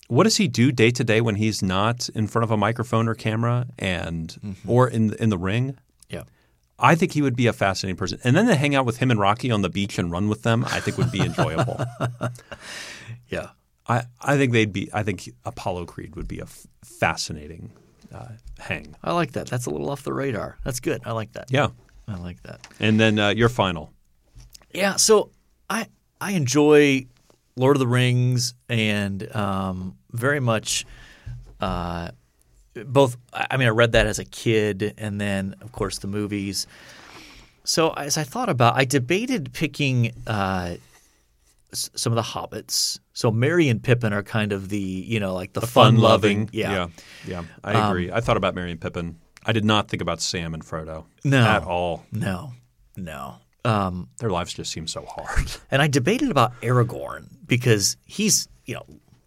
Speaker 2: what does he do day to day when he's not in front of a microphone or camera and or in in the ring?
Speaker 1: Yeah.
Speaker 2: I think he would be a fascinating person. And then to hang out with him and Rocky on the beach and run with them, I think would be enjoyable.
Speaker 1: Yeah.
Speaker 2: I, I think they'd be. I think Apollo Creed would be a f- fascinating uh, hang.
Speaker 1: I like that. That's a little off the radar. That's good. I like that.
Speaker 2: Yeah.
Speaker 1: I like that.
Speaker 2: And then uh, your final.
Speaker 1: Yeah. So I I enjoy Lord of the Rings and um, very much uh, both. I I mean, I read that as a kid, and then of course the movies. So as I thought about, I debated picking uh, s- some of the hobbits. So Mary and Pippin are kind of the you know like the, fun-loving,
Speaker 2: Yeah. Um, Yeah. I agree. I thought about Mary and Pippin. I did not think about Sam and Frodo.
Speaker 1: No.
Speaker 2: At all.
Speaker 1: No, no. Um,
Speaker 2: Their lives just seem so hard.
Speaker 1: And I debated about Aragorn because he's, you know,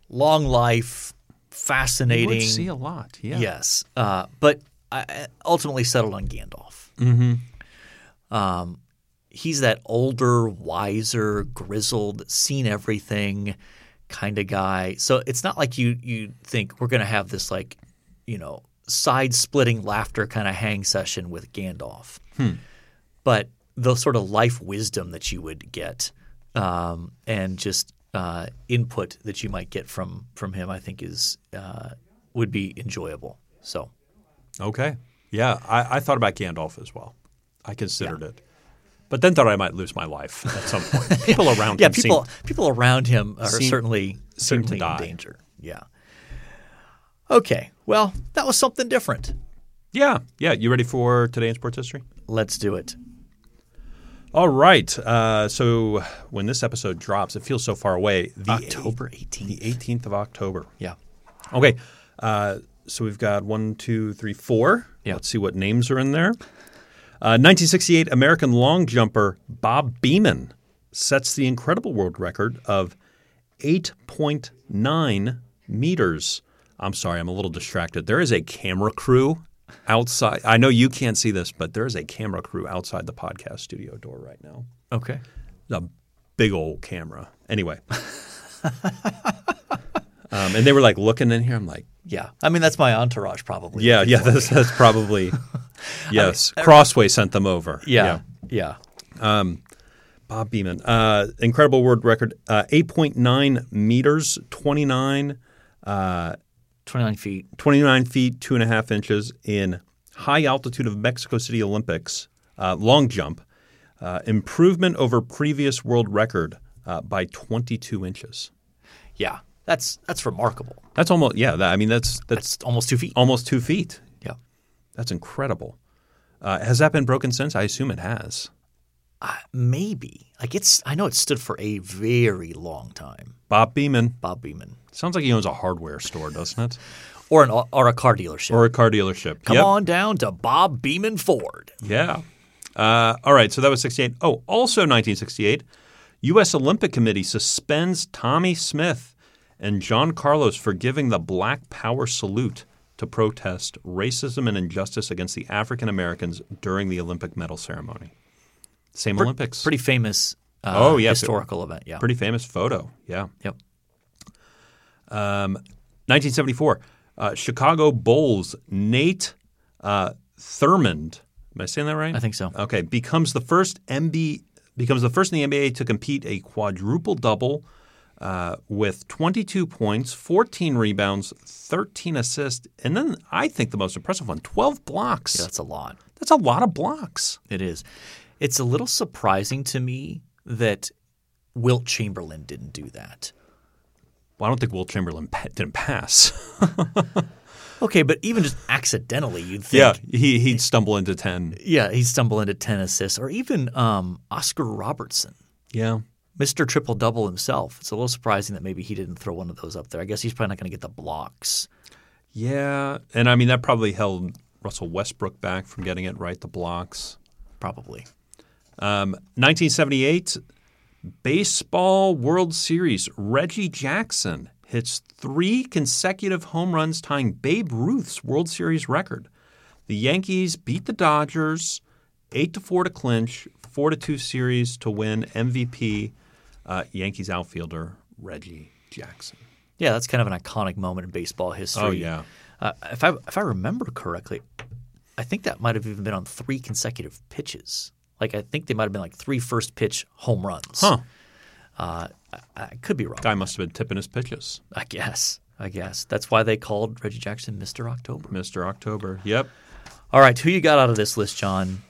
Speaker 1: long life,
Speaker 2: You
Speaker 1: fascinating.
Speaker 2: would see a lot. Yeah.
Speaker 1: Yes. Uh, but I- I ultimately settled on Gandalf. Mm-hmm. Um, he's that older, wiser, grizzled, seen everything kind of guy. So it's not like you you think we're going to have this like, you know, side splitting laughter kind of hang session with Gandalf but the sort of life wisdom that you would get um, and just uh, input that you might get from from him, I think is uh, would be enjoyable. So
Speaker 2: Okay. Yeah. I, I thought about Gandalf as well. I considered it. But then thought I might lose my life at some point. People around
Speaker 1: Yeah,
Speaker 2: him seemed-
Speaker 1: people people around him are
Speaker 2: seem-
Speaker 1: certainly
Speaker 2: seem to
Speaker 1: certainly in
Speaker 2: die.
Speaker 1: danger. Yeah. Okay. Well, that was something different.
Speaker 2: yeah, yeah. You ready for today in sports history?
Speaker 1: Let's do it.
Speaker 2: All right. Uh, so when this episode drops, it feels so far away. The
Speaker 1: October
Speaker 2: eight-
Speaker 1: 18th.
Speaker 2: the 18th of October.
Speaker 1: Yeah.
Speaker 2: Okay. Uh, so we've got one, two, three, four.
Speaker 1: Yeah.
Speaker 2: Let's see what names are in there. Uh, 1968 American long jumper Bob Beeman sets the incredible world record of 8.9 meters. I'm sorry, I'm a little distracted. There is a camera crew outside. I know you can't see this, but there is a camera crew outside the podcast studio door right now
Speaker 1: Okay.
Speaker 2: a big old camera. Anyway. um, and they were like looking in here. I'm like,
Speaker 1: Yeah. I mean, that's my entourage probably.
Speaker 2: yeah, yeah, that's, that's probably, yes. Crossway sent them over.
Speaker 1: Yeah. Yeah.
Speaker 2: Bob Beeman. Uh, incredible world record uh, 8.9 meters, 29,
Speaker 1: 29 feet.
Speaker 2: 29 feet, two and a half inches in high altitude of Mexico City Olympics, uh, long jump. Uh, improvement over previous world record uh, by 22 inches.
Speaker 1: Yeah. That's that's remarkable.
Speaker 2: That's almost, yeah, that, I mean, that's, that's
Speaker 1: It's almost two feet.
Speaker 2: almost two feet.
Speaker 1: Yeah.
Speaker 2: That's incredible. Uh, has that been broken since? I assume it has.
Speaker 1: Uh, Maybe. Like it's I know it stood for a very long time.
Speaker 2: Bob Beeman.
Speaker 1: Bob Beeman.
Speaker 2: Sounds like he owns a hardware store, doesn't it?
Speaker 1: Or an or a car dealership.
Speaker 2: Or a car dealership.
Speaker 1: Come
Speaker 2: Yep.
Speaker 1: on down to Bob Beeman Ford.
Speaker 2: Yeah. Uh, all right. So that was 68. Oh, also 1968, U.S. Olympic Committee suspends Tommy Smith and John Carlos for giving the Black Power salute to protest racism and injustice against the African Americans during the Olympic medal ceremony. Same Olympics.
Speaker 1: Pretty famous uh,
Speaker 2: Oh, yeah.
Speaker 1: historical event. Yeah.
Speaker 2: pretty famous photo. Yeah.
Speaker 1: Yep.
Speaker 2: 1974, uh, Chicago Bulls Nate uh, Thurmond. Am I saying that right?
Speaker 1: I think so.
Speaker 2: Okay, becomes the first MB becomes the first in the NBA to compete a quadruple double uh, with 22 points, 14 rebounds, 13 assists, and then I think the most impressive one, 12 blocks.
Speaker 1: That's a lot.
Speaker 2: That's a lot of blocks.
Speaker 1: It is. It's a little surprising to me that Wilt Chamberlain didn't do that.
Speaker 2: Well, I don't think Will Chamberlain pa- didn't pass.
Speaker 1: Okay, but even just accidentally, you'd think,
Speaker 2: yeah, he he'd stumble into 10.
Speaker 1: yeah, he'd stumble into 10 assists, or even um, Oscar Robertson,
Speaker 2: Yeah.
Speaker 1: Mr. Triple Double himself. It's a little surprising that maybe he didn't throw one of those up there. I guess he's probably not going to get the blocks.
Speaker 2: Yeah, and I mean that probably held Russell Westbrook back from getting it right. The blocks.
Speaker 1: Probably.
Speaker 2: Um, 1978 baseball World Series. Reggie Jackson hits three consecutive home runs, tying Babe Ruth's World Series record. The Yankees beat the Dodgers eight to four to clinch, four to two series to win. MVP uh, Yankees outfielder Reggie Jackson.
Speaker 1: Yeah, that's kind of an iconic moment in baseball history.
Speaker 2: Oh yeah,
Speaker 1: Uh, if I if I remember correctly, I think that might have even been on three consecutive pitches. Like I think they might have been like three first pitch home runs.
Speaker 2: huh?
Speaker 1: Uh, I, I could be wrong.
Speaker 2: Guy must have been tipping his pitches.
Speaker 1: I guess. I guess that's why they called Reggie Jackson Mr. October.
Speaker 2: Mr. October. Yep.
Speaker 1: All right, who you got out of this list, John?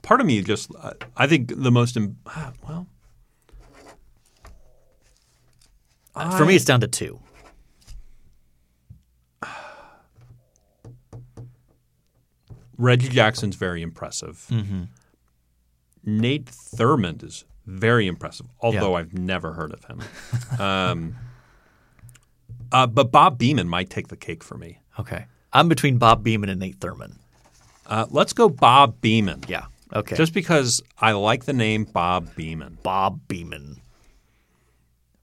Speaker 2: part of me just I- I think the most im- ah, well
Speaker 1: For me, it's down to two.
Speaker 2: Reggie Jackson's very impressive. Nate Thurmond is very impressive, although I've never heard of him. um, uh, but Bob Beeman might take the cake for me.
Speaker 1: Okay, I'm between Bob Beeman and Nate Thurman.
Speaker 2: Uh, let's go Bob Beeman.
Speaker 1: Yeah. Okay.
Speaker 2: Just because I like the name Bob Beeman.
Speaker 1: Bob Beeman.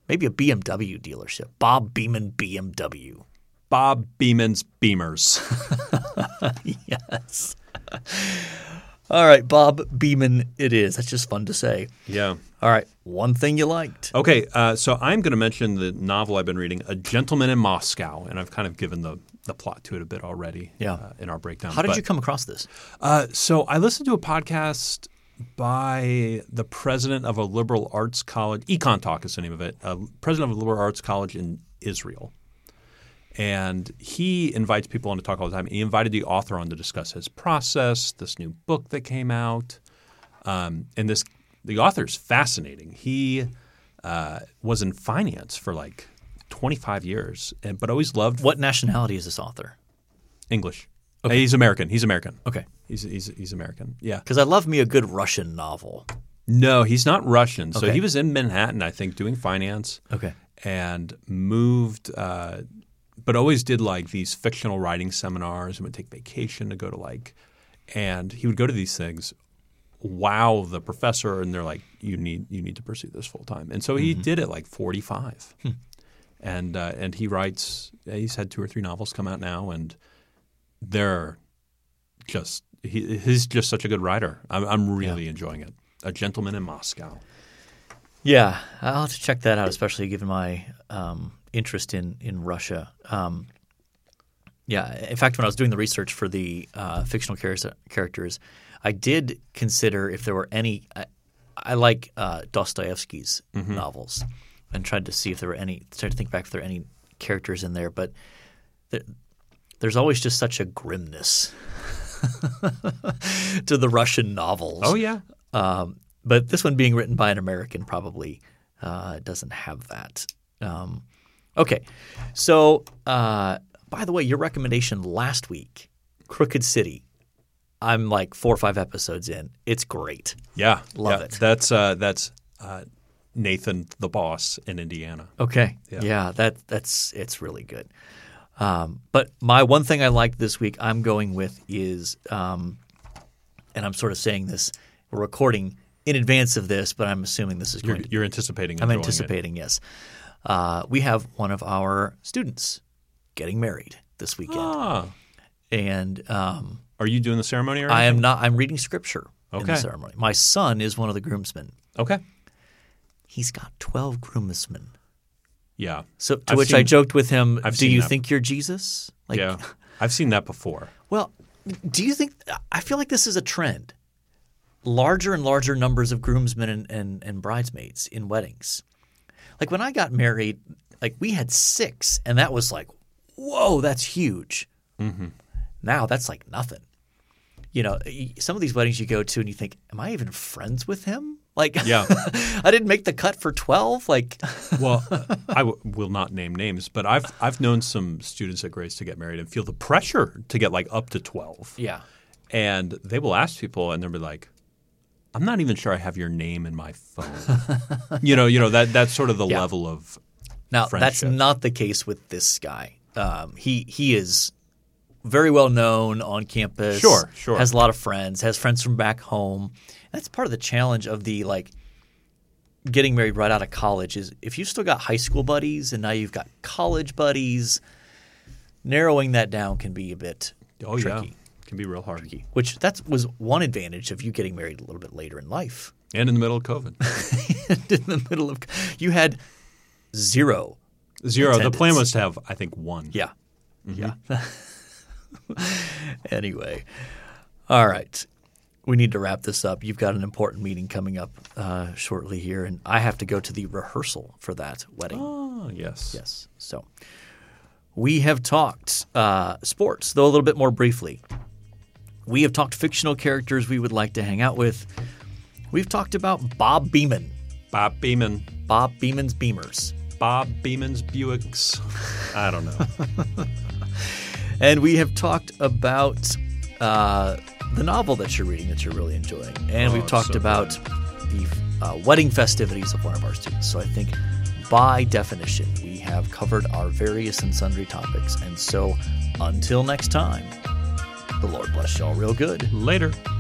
Speaker 1: Maybe a BMW dealership. Bob Beeman BMW.
Speaker 2: Bob Beeman's Beamers.
Speaker 1: Yes. All right, Bob Beeman, it is. That's just fun to say.
Speaker 2: yeah.
Speaker 1: All right, one thing you liked.
Speaker 2: Okay, uh, so I'm going to mention the novel I've been reading, A Gentleman in Moscow, and I've kind of given the, the plot to it a bit already
Speaker 1: Yeah.
Speaker 2: uh, in our breakdown.
Speaker 1: How did
Speaker 2: But,
Speaker 1: you come across this?
Speaker 2: Uh, so I listened to a podcast by the president of a liberal arts college, Econ Talk is the name of it, uh, president of a liberal arts college in Israel. And he invites people on to talk all the time. He invited the author on to discuss his process, this new book that came out. Um, and this the author's fascinating. He uh, was in finance for like 25 years, and, but always loved
Speaker 1: What nationality is this author?
Speaker 2: English. Uh, He's American. He's American.
Speaker 1: Okay.
Speaker 2: He's, he's, he's American. Yeah.
Speaker 1: Because I love me a good Russian novel.
Speaker 2: No, he's not Russian. So
Speaker 1: Okay.
Speaker 2: he was in Manhattan, I think, doing finance
Speaker 1: Okay.
Speaker 2: and moved, uh, but always did like these fictional writing seminars and would take vacation to go to like, and he would go to these things. Wow, the professor, and they're like, you need you need to pursue this full time, and so he did it like forty five, and uh, and he writes. He's had two or three novels come out now, and they're just he, he's just such a good writer. I'm, I'm really enjoying it. A gentleman in Moscow.
Speaker 1: Yeah, I'll have to check that out, especially given my um, interest in in Russia. Um, yeah, in fact, when I was doing the research for the uh, fictional char- characters, I did consider if there were any. I, I like uh, Dostoevsky's novels, and tried to see if there were any. Tried to think back if there were any characters in there, but there, there's always just such a grimness to the Russian novels.
Speaker 2: yeah,
Speaker 1: Um, but this one being written by an American probably uh, doesn't have that. Um, okay. So, uh, by the way, your recommendation last week, Crooked City, I'm like four or five episodes in. It's great.
Speaker 2: Yeah,
Speaker 1: Love
Speaker 2: yeah.
Speaker 1: it.
Speaker 2: That's uh, that's uh, Nathan, the boss in Indiana.
Speaker 1: Okay. Yeah, that that's it's really good. Um, but my one thing I liked this week, I'm going with is, um, and I'm sort of saying this, we're recording in advance of this, but I'm assuming this is going
Speaker 2: You're,
Speaker 1: to
Speaker 2: you're anticipating.
Speaker 1: I'm
Speaker 2: enjoying it.
Speaker 1: anticipating, yes. Uh, we have one of our students getting married this weekend,
Speaker 2: Ah,
Speaker 1: and um,
Speaker 2: are you doing the ceremony? Or
Speaker 1: I am not. I'm reading scripture in the
Speaker 2: Okay.
Speaker 1: ceremony. My son is one of the groomsmen.
Speaker 2: okay.
Speaker 1: He's got twelve groomsmen.
Speaker 2: Yeah,
Speaker 1: So to
Speaker 2: I've
Speaker 1: which I
Speaker 2: seen-
Speaker 1: joked with him,
Speaker 2: I've
Speaker 1: "Do
Speaker 2: seen
Speaker 1: you
Speaker 2: that.
Speaker 1: think you're Jesus?" Like,
Speaker 2: yeah. I've seen that before.
Speaker 1: well, do you think? I feel like this is a trend. Larger and larger numbers of groomsmen and, and, and bridesmaids in weddings. Like when I got married, like we had six, and that was like, whoa, that's huge. Now that's like nothing. You know, y- some of these weddings you go to and you think, am I even friends with him? Like,
Speaker 2: Yeah.
Speaker 1: I didn't make the cut for 12. Like,
Speaker 2: Well, I w- will not name names, but I've I've known some students at Grace to get married and feel the pressure to get like up to twelve.
Speaker 1: yeah.
Speaker 2: and they will ask people and they'll be like i'm not even sure i have your name in my phone you know you know that that's sort of the
Speaker 1: Yeah.
Speaker 2: level of
Speaker 1: Now that's
Speaker 2: friendship.
Speaker 1: not the case with this guy. Um, he he is very well known on campus.
Speaker 2: Sure, sure.
Speaker 1: Has a lot of friends. Has friends from back home. That's part of the challenge of the like getting married right out of college is if you've still got high school buddies and now you've got college buddies. Narrowing that down can be a bit
Speaker 2: oh
Speaker 1: tricky.
Speaker 2: yeah can be real hard
Speaker 1: Which that was one advantage of you getting married a little bit later in life.
Speaker 2: and in the middle of covid
Speaker 1: in the middle of you had zero
Speaker 2: zero the plan
Speaker 1: Attendance.
Speaker 2: was to have i think one
Speaker 1: Yeah. Yeah. anyway, all right. We need to wrap this up. You've got an important meeting coming up uh, shortly here, and I have to go to the rehearsal for that wedding.
Speaker 2: Ah, yes
Speaker 1: Yes. So we have talked uh, sports, though a little bit more briefly. We have talked fictional characters we would like to hang out with. We've talked about Bob Beeman,
Speaker 2: bob beeman
Speaker 1: Bob Beeman's Beamers.
Speaker 2: bob beeman's buicks i don't know
Speaker 1: And we have talked about uh, the novel that you're reading that you're really enjoying. And
Speaker 2: Oh,
Speaker 1: we've
Speaker 2: it's
Speaker 1: talked
Speaker 2: so
Speaker 1: about the uh, wedding festivities of one of our students. So I think by definition, we have covered our various and sundry topics. And so until next time, the Lord bless y'all real good.
Speaker 2: later